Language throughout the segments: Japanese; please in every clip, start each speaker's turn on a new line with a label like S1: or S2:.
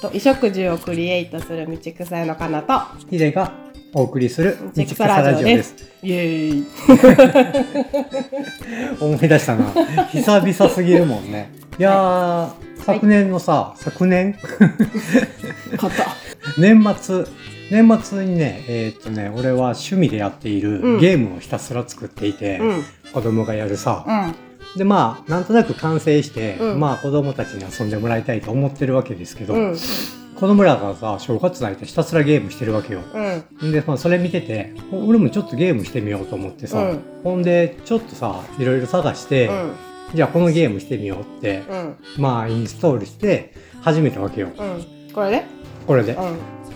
S1: と衣食住をクリエイトする道草屋のかなと
S2: ヒデがお送りする
S1: 道
S2: 道
S1: 草
S2: 草
S1: ラ
S2: ラ
S1: ジオ
S2: ジオ
S1: で
S2: ですす。
S1: イエーイ
S2: 思い出したな。 久々すぎるもんね。いやー、昨年のさ、昨年
S1: 買った
S2: 年末、年末にね、えーっとね、俺は趣味でやってい
S1: うん
S2: るゲームをひたすら作っていて、
S1: うんうん
S2: 子供がやるさ、でまあなんとなく完成して、
S1: うん
S2: まあ子供たちに遊んでもらいたいと思ってるわけですけど、
S1: うん
S2: 子供らがさ正月の間ひたすらゲームしてるわけよ
S1: うん
S2: で、まあ、それ見ててお俺もちょっとゲームしてみようと思ってさ、
S1: うん
S2: ほんでちょっとさいろいろ探して、
S1: うん
S2: じゃあこのゲームしてみようって、
S1: うん
S2: まあインストールして始めたわけよ
S1: うんこれで
S2: これで、
S1: うん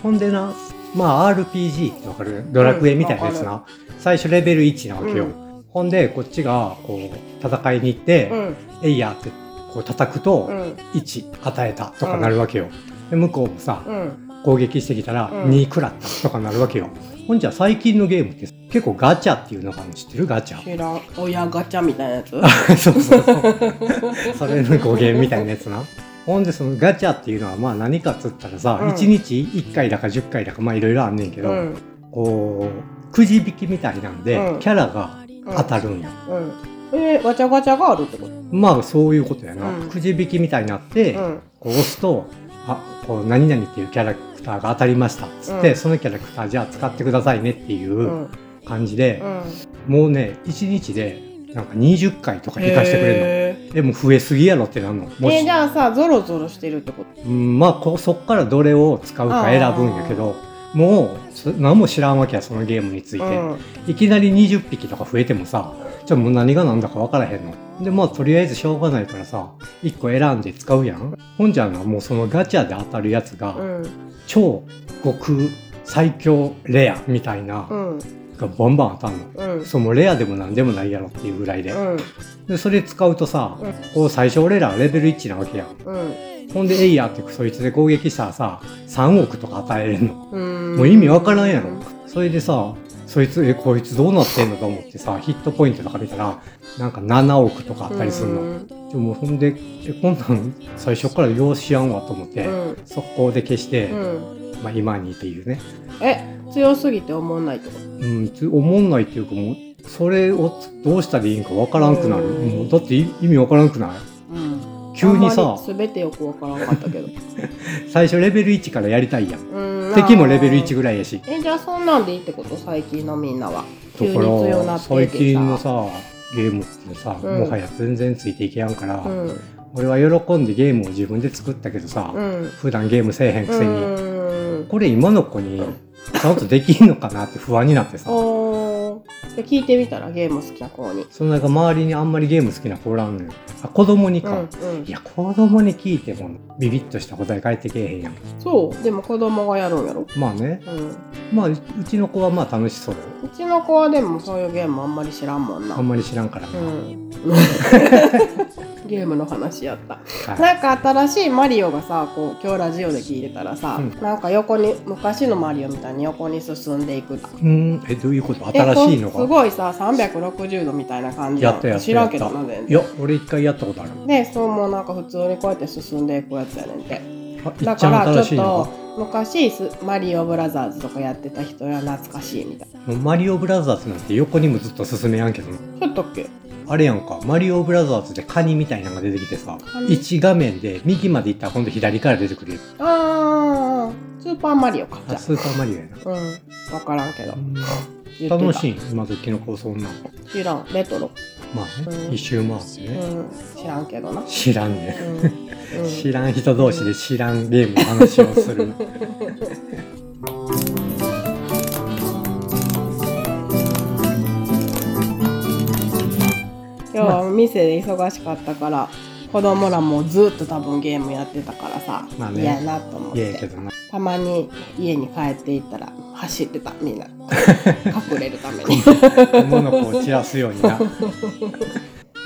S2: ほんでなまあ RPG ってわかるドラクエみたいなやつ
S1: うん
S2: な、最初レベル1なわけよ、
S1: うん
S2: ほんでこっちがこう戦いに行って、
S1: うん
S2: えいやってこう叩くと、
S1: うん
S2: 1与えたとかなるわけよ、で向こうもさ
S1: うん
S2: 攻撃してきたら
S1: うん
S2: 2食らったとかなるわけよ、ほんじゃ最近のゲームって結構ガチャっていうのがあるの知ってるガチャ
S1: 知らん親ガチャみたいなやつ
S2: そうそうそうそれの語源みたいなやつなほんでそのガチャっていうのはまあ何かっつったらさ、
S1: うん
S2: 1日1回だか10回だかまあいろいろあんねんけ
S1: う
S2: ど、
S1: ん
S2: こうくじ引きみたいなんで、
S1: うん
S2: キャラが当たるんや、
S1: うんえーガチャガチャがあるってこと
S2: まあそういうことやな、
S1: うん
S2: くじ引きみたいになって、
S1: うん
S2: こう押すと「あこう何々っていうキャラクターが当たりました」っつって、
S1: うん
S2: そのキャラクターじゃあ使ってくださいねっていううん感じで
S1: う、ん
S2: もうね1日でなんか20回とか引かしてくれるの、
S1: へー
S2: でも増えすぎやろってなんのもし
S1: えーじゃあさゾロゾロしてるってこと
S2: うんまあこうそっからどれを使うか選ぶんやけどもうす何も知らんわけやそのゲームについて、
S1: うん
S2: いきなり20匹とか増えてもさじゃあもう何が何だか分からへんのでまあとりあえずしょうがないからさ1個選んで使うやんほんじゃなもうそのガチャで当たるやつが、
S1: うん
S2: 超極最強レアみたいな、
S1: うん
S2: がバンバン当たんの。
S1: うん
S2: そうもうレアでもなんでもないやろっていうぐらいで,、
S1: うん
S2: でそれ使うとさ、
S1: うん
S2: こう最初俺らレベル1なわけやん
S1: うん
S2: ほんで「えいや」ってそいつで攻撃したらさ3億とか与えれんの
S1: も
S2: もう意味わからんやろそれでさそいつえこいつどうなってんのと思ってさヒットポイントとか見たらなんか7億とかあったりするのでもほんでえこんなん最初からようしやんわと思って、
S1: うん
S2: 速攻で消して、
S1: うん
S2: まあ、今にっていうね
S1: え強すぎて思わないってこと
S2: うん、つ思んないっていうかもうそれをつどうしたらいいんかわからんくなる
S1: うん
S2: もうだってい意味わからんくない
S1: うん
S2: 急にさ
S1: すべてよくわからんかった けど
S2: 最初レベル1からやりたいやん
S1: うん
S2: 敵もレベル1
S1: らい
S2: ぐらいやしだか
S1: えじゃあそんなんでいいってこと最近のみんなは急に強な
S2: ら
S1: って
S2: 最
S1: いて
S2: 近の
S1: さ
S2: さゲームってさ、
S1: うん
S2: もはや全然ついていけやんから、
S1: うん
S2: 俺は喜んでゲームを自分で作ったけどさ、
S1: うん
S2: 普段ゲームせえへんくせに、
S1: うん
S2: これ今の子にちゃんとできんのかなって不安になってさ
S1: おーじゃあ聞いてみたらゲーム好きな子に
S2: そのなんか周りにあんまりゲーム好きな子おらんのよあ子供に
S1: う
S2: か、
S1: んうん
S2: いや子供に聞いてもビビッとした答え返ってけえへんやん
S1: そうでも子供がやるんやろ
S2: まあね
S1: うん
S2: まあううちの子はまあ楽しそう
S1: うちの子はでもそういうゲームあんまり知らんもんな
S2: あんまり知らんからな、
S1: う
S2: はい
S1: ん ゲームの話やったなんか新しいマリオがさこう今日ラジオで聞いてたらさ、
S2: うん
S1: なんか横に昔のマリオみたいに横に進んでいく
S2: うんえどういうこと新しいの
S1: えこうす
S2: が
S1: ごいさ360度みたいな感じ
S2: や
S1: やん
S2: ったやった
S1: 知らんけ
S2: や
S1: ど
S2: った
S1: な全
S2: い
S1: 然
S2: や俺一回やったことある
S1: でそうもうなんか普通にこうやって進んでいくやつやねんて
S2: あい
S1: だ
S2: っちゃ
S1: か
S2: ん
S1: ら
S2: 新
S1: ち
S2: し
S1: ょ
S2: い
S1: っ
S2: の
S1: と昔スマリオブラザーズとかやってた人は懐かしいみたいな
S2: がもうマリオブラザーズなんて横にもずっと進めやんけどな
S1: ちょっとっけ
S2: あれやんかマリオブラザーズでカニみたいなのが出てきてさ
S1: カニ
S2: 1画面で右まで行ったら今度左から出てくるやつ
S1: あースーパーマリオかじ
S2: あ
S1: ゃ
S2: スーパーマリオやな
S1: あうん分からんけど言ってた
S2: 楽しいん今時の子そんなん
S1: 知らんレトロ
S2: まあね、
S1: うん
S2: 一周回って
S1: う
S2: ね、
S1: ん知らんけどな
S2: 知らんね
S1: うんうん
S2: 知らん人同士で知らんゲームの話をす る
S1: 今日はお店で忙しかったから子供らもずっと多分ゲームやってたからさ、
S2: まあね
S1: 嫌やなと思っ
S2: いやけ
S1: て
S2: どな
S1: たまに家に帰っていったら走ってた みんな隠れるために
S2: 物の子を散らすよう にない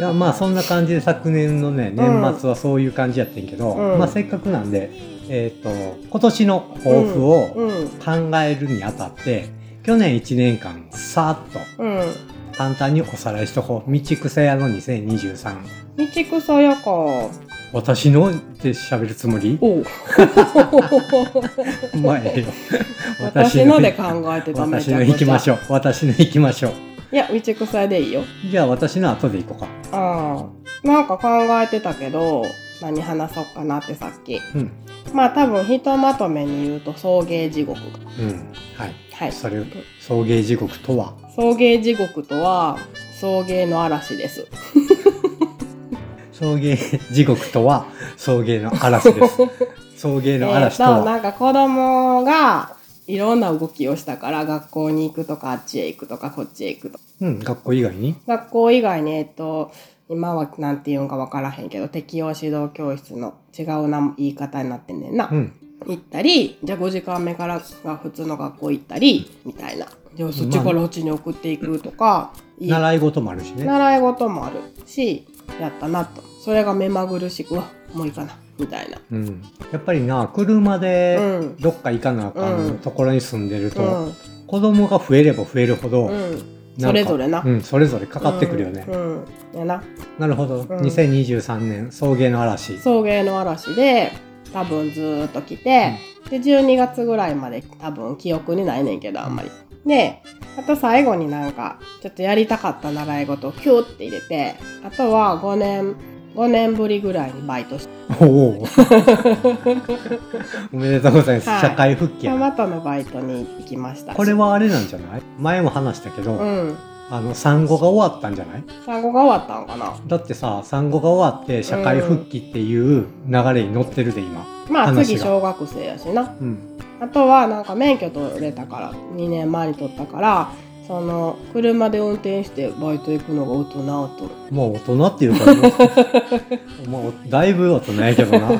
S2: やまあそんな感じで昨年のね年末はそういう感じやってんけど、
S1: うん
S2: まあ、せっかくなんで、えー、と今年の抱負を
S1: う
S2: 考
S1: ん
S2: えるにあたって、去年1年間さーっ
S1: うん
S2: と簡単におさらいしとこう「道草屋の2023
S1: 道草やか」
S2: 私のって喋るつもり
S1: おう
S2: お前よ
S1: 私ので考えてため
S2: 私
S1: ちゃく
S2: の
S1: ちゃ
S2: 行きましょう私の行きましょう
S1: いや道草でいいよ
S2: じゃあ私の後で行こうか
S1: ああなんか考えてたけど何話そうかなってさっき
S2: うん
S1: まあ多分ひとまとめに言うと送迎地獄
S2: うんはい
S1: はい
S2: それを送迎地獄とは
S1: 送迎地獄とは送迎の嵐です
S2: 送迎地獄と は送迎の嵐です 送迎の嵐と
S1: えーと
S2: は、
S1: なんか子供がいろんな動きをしたから学校に行くとかあっちへ行くとかこっちへ行くとか
S2: うん学校以外に
S1: 学校以外にえっと今はなんて言うんかわからへんけど適応指導教室の違うな言い方になってんねんな、
S2: うん
S1: 行ったりじゃあ5時間目からが普通の学校行ったりみたいなじゃあそっちからうちに送っていくとか、いい
S2: 習い事もあるしね
S1: 習い事もあるしやったなとそれが目まぐるしくうわもういいかなみたいな
S2: うんやっぱりな車で
S1: うん
S2: どっか行かなあか
S1: うんん
S2: ところに住んでる
S1: う
S2: と、
S1: ん
S2: 子供が増えれば増えるほど、
S1: うん
S2: なんか
S1: それぞれな
S2: うん、それぞれかかってくるよね、
S1: うん、うんやな
S2: なるほど、2023年送迎の嵐
S1: 送迎の嵐で多分ずーっと来て、で12月ぐらいまで多分記憶にないねんけどあんまり。であと最後になんかちょっとやりたかった習い事をキューって入れてあとは5年5年ぶりぐらいにバイトし
S2: おお おめでとうございます、
S1: はい
S2: 社会復帰
S1: た
S2: や
S1: またのバイトに行きましたし
S2: これはあれなんじゃない前も話したけど、
S1: うん
S2: あの産後が終わったんじゃない
S1: 産後が終わったんかな
S2: だってさ産後が終わって社会復帰っていう流れに乗ってるで今、
S1: まあ
S2: 話が
S1: 次小学生やしな
S2: うん
S1: あとはなんか免許取れたから2年前に取ったからその車で運転してバイト行くのが大人と
S2: もう大人っていうかもう もうだいぶ大人やけどな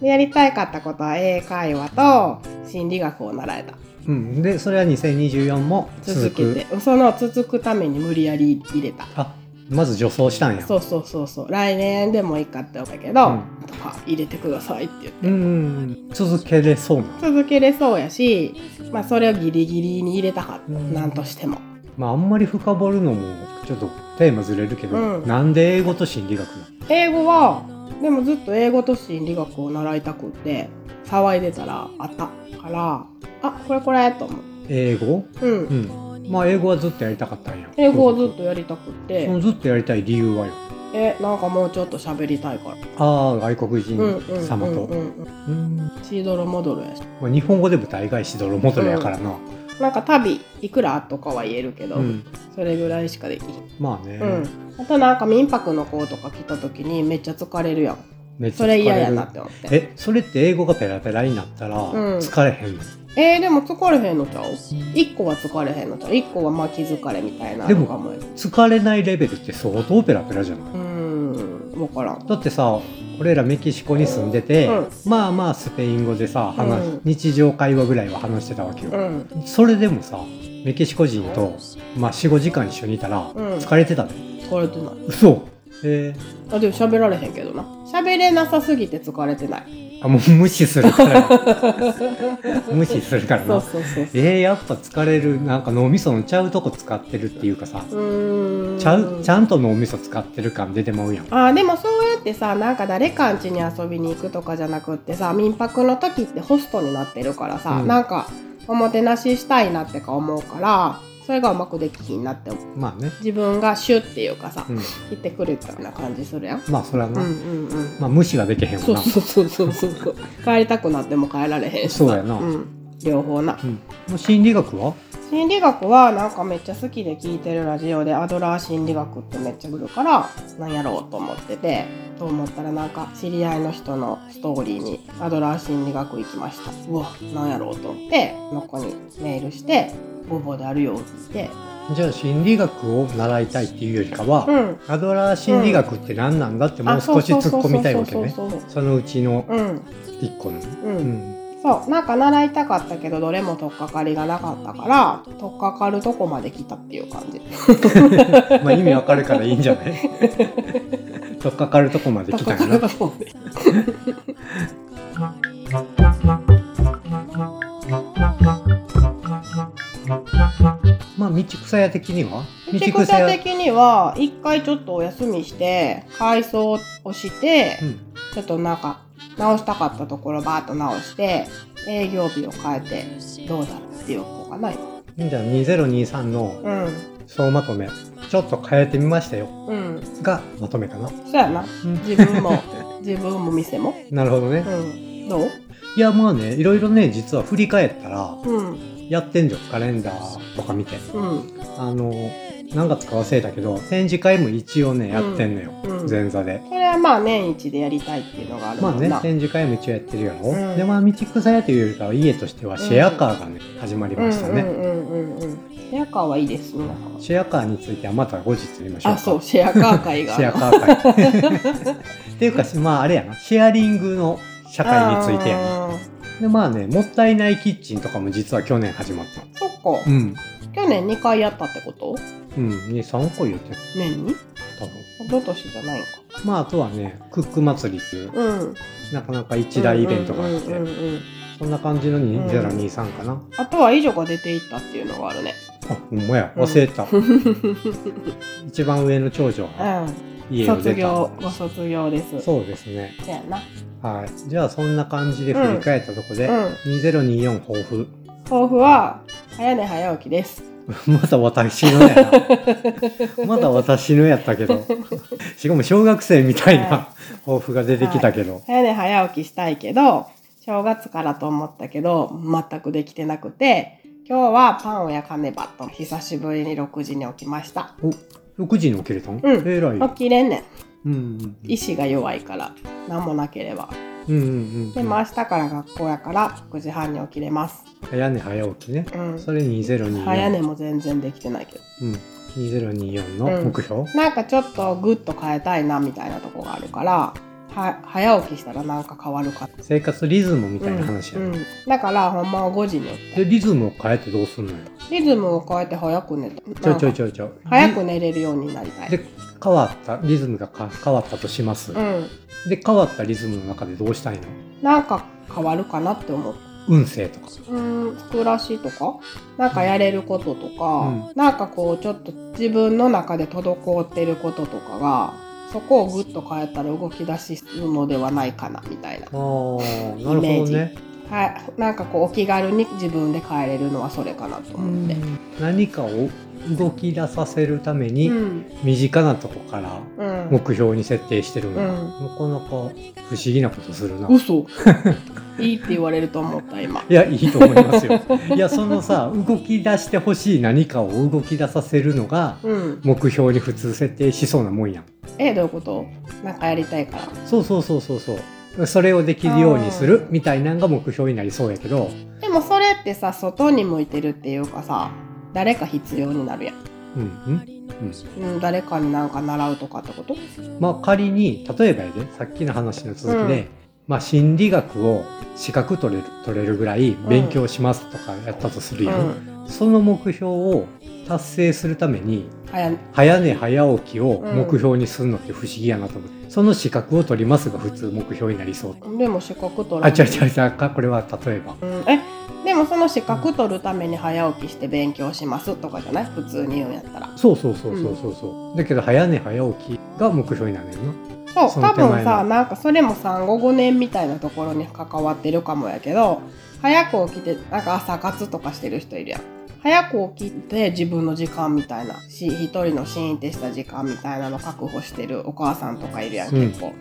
S1: でやりたいかったことは英会話と心理学を習えた
S2: うんでそれは2024も続
S1: 続
S2: く
S1: けてその続くために無理やり入れた
S2: あまず助走したんや
S1: そうそうそうそう来年でもいいかって思ったけど、
S2: うん
S1: とか入れてくださいって言って
S2: うんうん続けれそうな
S1: 続けれそうやしまあそれをギリギリに入れたかった、
S2: うん
S1: なんとしても
S2: まああんまり深掘るのもちょっとテーマずれるけど、
S1: うん
S2: なんで英語と心理学なの
S1: 英語はでもずっと英語と心理学を習いたくって騒いでたらあったからあこれこれと思う
S2: 英語
S1: うん、
S2: うんまあ英語はずっとやりたかったんや
S1: 英語をずっとやりたくって、
S2: そのずっとやりたい理由はよ
S1: えなんかもうちょっと喋りたいから
S2: ああ外国
S1: うん
S2: 人
S1: うん
S2: 様と
S1: うんうんうん
S2: うん
S1: シードロモドロやし
S2: まあ、日本語でも大概しどろもどろやからな、
S1: なんか旅いくらとかは言えるけど、
S2: うん
S1: それぐらいしかできひん、
S2: まあね、
S1: うん、あとなんか民泊の子とか来た時にめっちゃ疲れるやん
S2: めっちゃ
S1: そ
S2: 疲れ
S1: れ
S2: る
S1: 嫌やなって思って
S2: えそれって英語がペラペラになったら
S1: うん
S2: 疲れへんの、
S1: えー、でも疲れへんのちゃう1個は疲れへんのちゃう1個はまあ気づかれみたいな
S2: でも
S1: とかもや
S2: 疲れないレベルって相当ペラペラじゃないう
S1: ーん分からん
S2: だってさ俺らメキシコに住んでて、
S1: うん
S2: まあまあスペイン語でさ話、
S1: うん
S2: 日常会話ぐらいは話してたわけ
S1: う
S2: よ、
S1: ん
S2: それでもさメキシコ人と、まあ、45時間一緒にいたら
S1: うん
S2: 疲れてたね、
S1: 疲れてない
S2: 嘘え
S1: あでも喋られへんけどな喋れなさすぎて疲れてない
S2: ー、あもう無視するから無視するから
S1: そう
S2: な
S1: そうそうそう
S2: えー、やっぱ疲れるなんか脳みそのちゃうとこ使ってるっていうかさ
S1: うーん
S2: ちゃうちゃんと脳みそ使ってる感出てまうやん
S1: あーでもそうやってさなんか誰かん家に遊びに行くとかじゃなくってさ民泊の時ってホストになってるからさ、
S2: うん
S1: なんかおもてなししたいなってか思うからそれがうまくできひんなって思う
S2: まあね、
S1: 自分がシュッっていうかさ、
S2: うん、
S1: 来てくれたような感じするやん
S2: まあそれは
S1: う
S2: な、
S1: んうんうん
S2: まあ無視はできへん
S1: そ
S2: わ
S1: う
S2: な
S1: そうそうそうそうそう帰りたくなっても帰られへんしさ
S2: そうやな
S1: うん、両方な
S2: うん、もう心理学は
S1: 心理学はなんかめっちゃ好きで聞いてるラジオでアドラー心理学ってめっちゃ来るからなんやろうと思っててと思ったらなんか知り合いの人のストーリーにアドラー心理学行きましたうわなんやろうと思ってその子にメールして応募であるよって
S2: じゃあ心理学を習いたいっていうよりかは、
S1: 言って
S2: アドラー心理学って何なんだっ
S1: う
S2: て
S1: ん
S2: もう少し
S1: あ
S2: 突
S1: そう
S2: っ
S1: そうそうそう
S2: 込みたいわけね
S1: そうそう
S2: そのうちの
S1: そううん
S2: 一個の、
S1: う、
S2: うんん、
S1: そうなんか習いたかったけどどれも取っかかりがなかったから取っかかるとこまで来たっていう感じ
S2: まあ意味わかるからいいんじゃ ないとっかかるとこまで
S1: 取
S2: 来
S1: っか
S2: た
S1: か
S2: よ
S1: る
S2: な
S1: とこまで
S2: まあ道草屋的には道
S1: ピクチ
S2: 癖
S1: ャ
S2: は
S1: 的には一回ちょっとお休みして改装をして、
S2: うん
S1: ちょっとなんか直したかったところバーッと直して営業日を変えてどうだろうっていう方かな今
S2: じゃあ2023の
S1: うん
S2: 総まとめちょっと変えてみましたよ
S1: うん
S2: がまとめかな、
S1: そうやな自分も 自分も店も
S2: なるほどね
S1: うんどう
S2: いやまあねいろいろね実は振り返ったら
S1: うん
S2: やってんじゃんカレンダーとか見て
S1: うん
S2: あの何月か忘れたけど展示会も一応ねやってんのよ、
S1: うん
S2: 前座で
S1: それはまあ年一でやりたいっていうのがある
S2: ま
S1: も
S2: あ
S1: んな、
S2: ね展示会も一応やってるやろ、
S1: うん
S2: でまあ道草屋というよりかは家としてはシェアカーがね、始まりましたね、
S1: うんうんうんうんうんシェアカーはいいです皆さん
S2: シェアカーについてはまた後日言いましょう
S1: あ
S2: か
S1: そうシェアカー会が
S2: シェアカー会 っていうかまああれやなシェアリングの社会についてやな
S1: あー
S2: でまあねもったいないキッチンとかも実は去年始まった
S1: そっか、
S2: うん
S1: 去年2回やったってこと
S2: うん23個言って
S1: 年に
S2: たの
S1: 一昨年じゃないのか
S2: まああとはねクック祭りっていう
S1: うん
S2: なかなか一大イベントがあっ
S1: うんうんう
S2: て
S1: んうんうん
S2: そんな感じの2023かな、
S1: あとは以上が出ていったっていうのがあるね
S2: あほんまや忘れ てた、一番上の長女が
S1: う
S2: 家
S1: ん
S2: を出
S1: 卒
S2: た
S1: 業ご卒業です
S2: そうですね
S1: うやな
S2: はいじゃあそんな感じで振り返ったとこで、
S1: うん
S2: 2024抱負
S1: 抱負は早寝早起きです
S2: また私の やなまた私のやったけどしかも小学生みたいな
S1: は
S2: 抱負が出てきたけど、
S1: 早寝早起きしたいけど正月からと思ったけど全くできてなくて今日はパンを焼かねばと久しぶりに6時に起きました
S2: 6時に起きれた
S1: う
S2: ん、
S1: ん
S2: えらい、
S1: 起きれんねん
S2: うんうん
S1: 意志が弱いから何もなければ
S2: うんうんう
S1: で
S2: ん
S1: も明日から学校やから9時半に起きれます
S2: 早寝早起きね
S1: うん
S2: それ2024
S1: 早寝も全然できてないけど
S2: うん、2024の目標、
S1: なんかちょっとグッと変えたいなみたいなとこがあるからは早起きしたらなんか変わるか
S2: 生活リズムみたいな話や
S1: う
S2: な、
S1: んうんだからほんまは5時に起
S2: でリズムを変えてどうすんのよ
S1: きリズムを変えて早く寝た
S2: ちょい
S1: ないんか
S2: ちょちょいちょい
S1: 早く寝れるようになりたい
S2: で変わったリズムがか変わったとします、
S1: うん、
S2: で変わったリズムの中でどうしたいの
S1: なんか変わるかなって思う。
S2: 運勢とか
S1: うん、暮らしとか、なんかやれることとか、なんかこうちょっと自分の中で滞ってることとかが、そこをぐっと変えたら動き出しするのではないかなみたいな。
S2: あーなるほど
S1: イメージ
S2: ね
S1: はい、なんかこうお気軽に自分で変えれるのはそれかなと思って。
S2: 何かを動き出させるため
S1: う
S2: に、
S1: ん、
S2: 身近なとこから
S1: うん、
S2: 目標に設定してるの、
S1: う
S2: なんかなか不思議なことするな、
S1: 嘘。 いいって言われると思った今。
S2: いや、いいと思いますよ。 いや、そのさ、動き出してほしい何かを動き出させるのが、
S1: うん、
S2: 目標に普通設定しそうなもんやん。
S1: え、どういうことなんかやりたいから。
S2: そうそうそうそうそう。それをできるようにする
S1: あー
S2: みたいなんが目標になりそうやけど、
S1: でもそれってさ外に向いてるっていうかさ誰か必要になるやん、
S2: うん、うん、
S1: うん、誰かになんか習うとかってこと
S2: うん。まあ仮に、例えばやで、さっきの話の続きで、まあ心理学を資格取れる、取れるぐらい勉強しますとかやったとす
S1: う
S2: るやん。
S1: ん
S2: その目標を達成するために、
S1: 早寝
S2: 早寝早起きを目標にするのって不思議やなと思う、その資格を取りますが普通目標になりそう
S1: でも資格取
S2: あ
S1: ら
S2: 違う
S1: ない
S2: 違う違うかこれは例えば
S1: うん、えでもその資格取るために早起きして勉強しますとかじゃない普通に言うんやったら
S2: そうそうそうそうそうそう、だけど早寝早起きが目標になるよな
S1: そ
S2: そうの
S1: 多
S2: 手前の
S1: 分さなんかそれも産後5年みたいなところに関わってるかもやけど早く起きてなんか朝活とかしてる人いるやん早く起きて自分の時間みたいなし一人のシーンってした時間みたいなの確保してるお母さんとかいるやん
S2: うん
S1: 結構、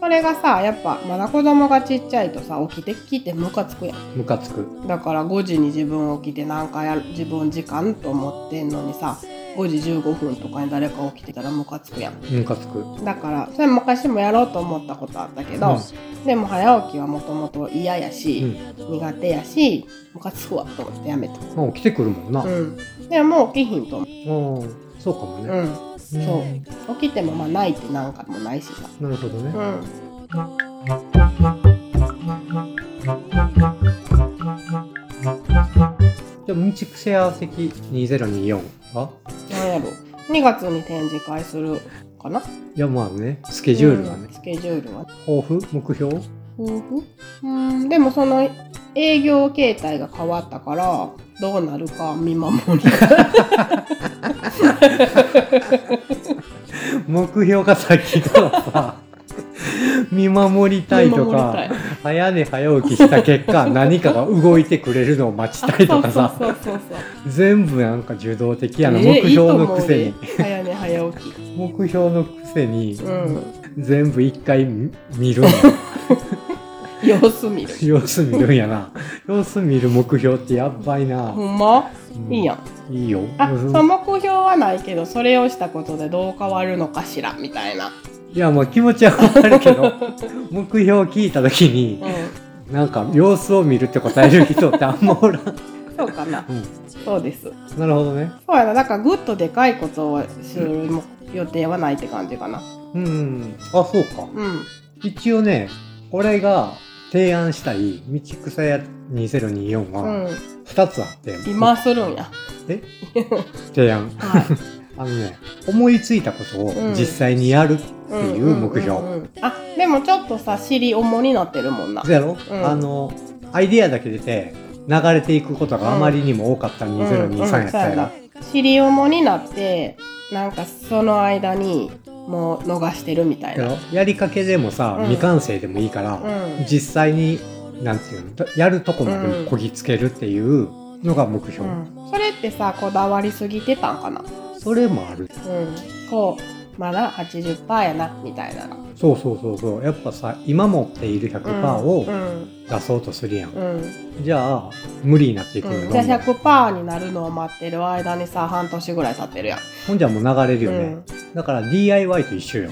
S1: それがさやっぱまだ子供がちっちゃいとさ起きてきてムカつくやん
S2: うんムカつく
S1: だから5時に自分起きてなんかやる自分時間と思ってんのにさ5時15分とかに誰か起きてたらムカつくやん
S2: ムカつく
S1: だからそれ昔もやろうと思ったことあったけど、でも早起きはもともと嫌や
S2: うん、
S1: し、苦手やしムカつくわと思ってやめた、
S2: まあ起きてくるもんな、
S1: う
S2: あ
S1: ん、でももう起きひんと思
S2: ーそうかも
S1: う、
S2: ね、
S1: うん、そう起きてもまあないってなんかもないしさ、
S2: なるほどね、
S1: うん、
S2: じゃあ道癖合わせ期2024は
S1: なんやろ2月に展示会するかなス
S2: いやまあねスケジュールがね、
S1: スケジュールは
S2: 抱負目標
S1: 豊富うんでもその営業形態が変わったからどうなるか見守る
S2: 目標がさっきからさ 見守りたいと
S1: 見守り
S2: か
S1: たい
S2: 早寝早起きした結 果何かが動いてくれるのを待ちたいとかさ
S1: そうそうそうそう
S2: 全部なんか受動的やな、
S1: えー
S2: 目標のくせ
S1: いい
S2: に
S1: と思うで早寝早起き
S2: 目標のくせに、
S1: うん
S2: 全部一回見見るんや
S1: 様子見る
S2: 様子見るんやな様子見る目標ってやばいな、
S1: ほんま
S2: うん
S1: いいやん
S2: いいよ
S1: あ
S2: うん
S1: その目標はないけどそれをしたことでどう変わるのかしらみたいな、
S2: いやまあ気持ちはわかるけ ど目標聞いた時に
S1: う
S2: なんか様子を見るって答える人ってあんまおらん、
S1: ん、そうかな
S2: う
S1: そうです
S2: ん、なるほどね
S1: そうやなだからぐっとでかいことをする予定はないって感じかな
S2: うんあそうか
S1: うん
S2: 一応ね俺が提案したい道草屋2024
S1: うん
S2: は2つあって、
S1: 今するんや
S2: 提案
S1: はい
S2: あのね思いついたこと
S1: う
S2: を
S1: ん
S2: 実際にやるっていう目標、
S1: んうんうんあでもちょっとさ尻重になってるもんな
S2: そうやろ、
S1: うん
S2: あのアイデアだけ出て流れていくことがあまりにも多かった2023やったやろ、
S1: 尻重になってなんかその間にもう逃してるみたい
S2: や
S1: な
S2: ろやりかけでもさ、
S1: うん
S2: 未完成でもいいから、
S1: うん
S2: 実際になんていうのだやるとこまでこぎつけるっていうのが目標、
S1: うん、それってさこだわりすぎてたんかな
S2: それもある
S1: うんこうまだ80%やなみたいなの
S2: そうそうそうそうやっぱさ今持っている100%
S1: う
S2: を
S1: ん
S2: 出そうとするやん、
S1: うんうん
S2: じゃあ無理になっていくのよ、
S1: うん、
S2: ど
S1: じゃ
S2: んどん
S1: あ100%になるのを待ってる間にさ半年ぐらい経ってるやん
S2: ほんじゃもう流れるよね、だから DIY と一緒よ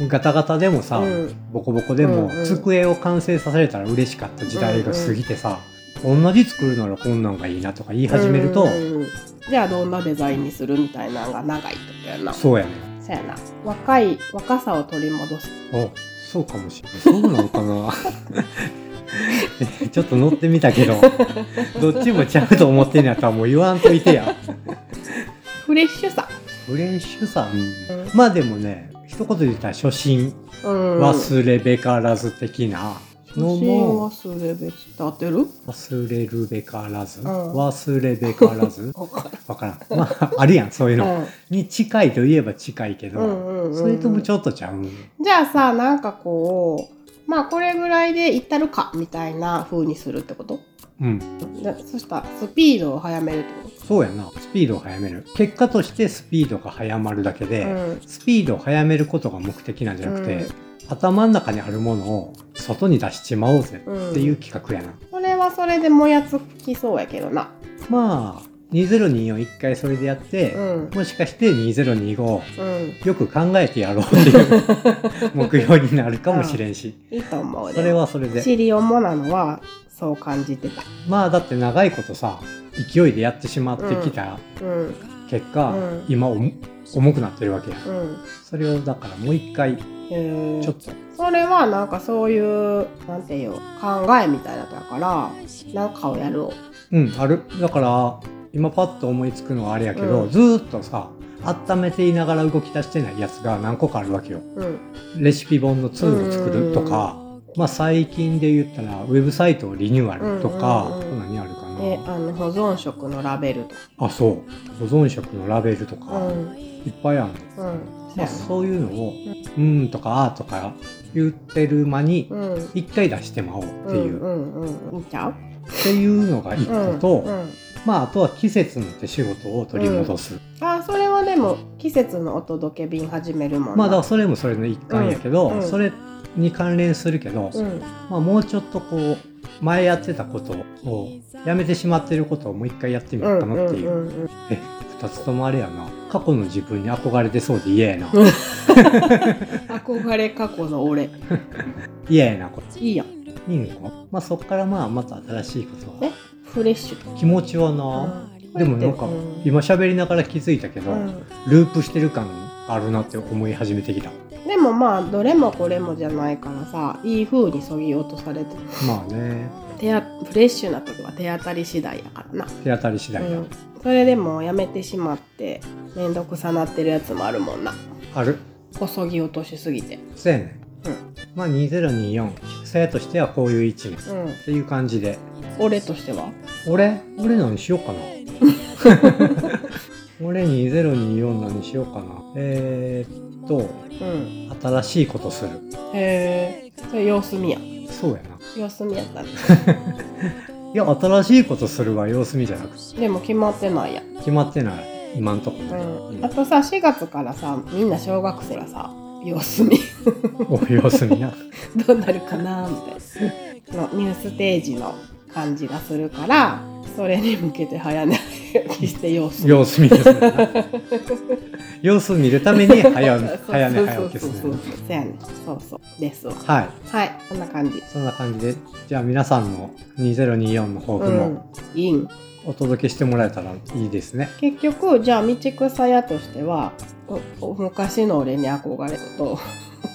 S1: うん
S2: ガタガタでもさ、
S1: うん
S2: ボコボコで
S1: う
S2: も、
S1: んうん
S2: 机を完成させれたら嬉しかった時代が過ぎてさ、同じ作るならこんなんがいいなとか言い始めると、
S1: うんうんじゃあどんなデザインにするみたいなのが長いってことやんなそ
S2: そうやね
S1: やな若い若さを取り戻す
S2: あそうかもしれないそうなのかな ちょっと乗ってみたけ どどっちもちゃうと思ってんのやったらもう言わんといてや
S1: フレッシュさ
S2: フレッシュさ、
S1: うん
S2: まあでもね一言で言ったら初心
S1: うん
S2: 忘れべからず的なのも
S1: 初心忘れべきって合ってる
S2: 忘れるべからず、
S1: ん
S2: 忘れべからず わからん。まあ、あるやん、そういうの。に近いといえば近いけど、それともち
S1: ょ
S2: ょっとちゃう。
S1: じゃあさなんかこうまあこれぐらいでいったるかみたいな風にするってこと
S2: うん。
S1: でそしたらスピードを早めるってこ
S2: そうやな。スピードを速める。結果としてスピードが速まるだけ
S1: と、
S2: で、
S1: うん
S2: スピードを速めることが目的なんじゃなくて、
S1: うん
S2: 頭の中にあるものを外に出しちまおうぜ
S1: うん
S2: っていう企画やな。
S1: それはそれでもやつきそうやけどな
S2: まあ、2024一回それでやって
S1: う、ん
S2: もしかして2025、
S1: うん
S2: よく考えてやろうっていう 目標になるかもしれんし、
S1: いいと思うで
S2: それはそれで。
S1: 知りおもなのはそう感じてた
S2: まあだって長いことさ勢いでやってしまってきた
S1: うん
S2: 結果、
S1: うん
S2: 今おも重くなってるわけや
S1: うん
S2: それをだからもう一回
S1: えー
S2: ちょっと、
S1: それはなんかそういうなんていう考えみたいなのだからなんかをやろ
S2: うんあるだから今パッと思いつくのはあれやけど、
S1: うん
S2: ずーっとさ温めていながら動き出してないやつが何個かあるわけよ
S1: う、うん、
S2: レシピ本の2を作るとか、まあ最近で言ったらウェブサイトをリニューアルとか、
S1: うんうんうん
S2: 何あるかな、
S1: であの保存食のラベルと
S2: あそう保存食のラベルと
S1: か、
S2: か、
S1: うん
S2: いっぱいあるの
S1: うんそう
S2: ま
S1: や
S2: あ、そういうのを「うん」とか「あ」とか言ってる間に
S1: なうん
S2: 一回出してまおうっていう、
S1: う
S2: っ
S1: んうんうんいいんちゃう
S2: ていうのが一個と、
S1: うんうん
S2: まああとは季節の手仕事を取り戻す、
S1: あそれはでも季節のお届け便始めるもん
S2: まあだから
S1: だ
S2: それもそれの一環やけど、
S1: うんうん
S2: それに関連するけど、
S1: うん
S2: まあ、もうちょっとこう前やってたことをやめてしまってることをもう一回やってみようかなっていう、
S1: んうん
S2: え二つともあれやな過去の自分に憧れてそうで嫌やな、
S1: うん憧れ過去の俺
S2: 嫌やなこ
S1: いいやん
S2: れいいのかまあそっからまあまた新しいことは
S1: えフレッシュ
S2: 気持ちはな、でもなんか
S1: うん
S2: 今喋りながら気づいたけど、
S1: うん
S2: ループしてる感あるなって思い始めてきた
S1: でもまあどれもこれもじゃないからさいい風にそぎ落とされて
S2: まあね
S1: 手あフレッシュな時は手当たり次第やからな、
S2: 手当たり次第だ、
S1: うんそれでもやめてしまって面倒くさなってるやつもあるもんな
S2: ある
S1: こそぎ落としすぎて
S2: そうやね
S1: うん
S2: まあ2024性としてはこういう位置ね
S1: うん
S2: っていう感じで
S1: 俺としては
S2: 俺俺何しよう かな俺2024何しようかなえー、っと
S1: うん
S2: 新しいことする
S1: へえそれ様子見や
S2: そうやな
S1: 様子見やったね
S2: いや新しいことするは様子見じゃなくて
S1: でも決まってないやん、
S2: 決まってない今んとこね、
S1: うん、あとさ4月からさみんな小学生がさ様子見
S2: お様子見な
S1: どうなるかなみたい なのニューステージの感じがするからそれに向けて早寝早起きして様子見
S2: 様子見ですね様子見るために 早
S1: そう
S2: め
S1: そう
S2: 早め早起きです
S1: そうそうそうそう
S2: ね
S1: やねそうそうですわ
S2: はい
S1: はいこんな感じ
S2: そんな感じでじゃあ皆さんの2024の抱負
S1: うん
S2: も
S1: いいん
S2: お届けしてもらえたらいいです ね、
S1: 結局じゃあ道草屋としてはおお昔の俺に憧れると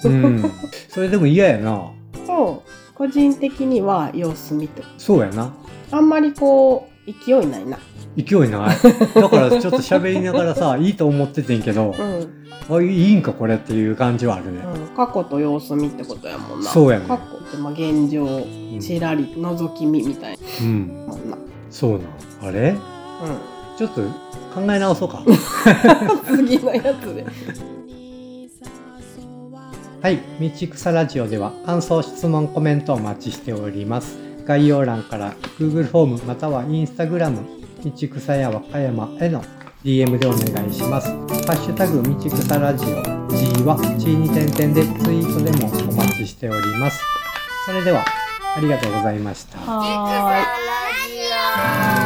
S2: うん、それでも嫌やな
S1: そう個人的には様子見て
S2: そうやな
S1: あんまりこう勢いないな
S2: 勢いないだからちょっと喋りなが らさいいと思っててんけど
S1: う、ん、う
S2: あいいんかこれっていう感じはあるね、
S1: ん、過去と様子見ってことやもんな
S2: そうやね
S1: 過去ってまあ現状を
S2: うん
S1: ちらり覗き見みたい
S2: うん、
S1: なもんな
S2: そうなんあれ
S1: う
S2: ちょっと考え直そうか
S1: ん 次のやつで
S2: はい道草ラジオでは感想質問コメントをお待ちしております概要欄から Google フォームまたは Instagram 道草や和歌山への DM でお願いしますハッシュタグ道草ラジオ G は G に点々でツイートでもお待ちしておりますそれではありがとうございました
S1: はーい
S3: Radio.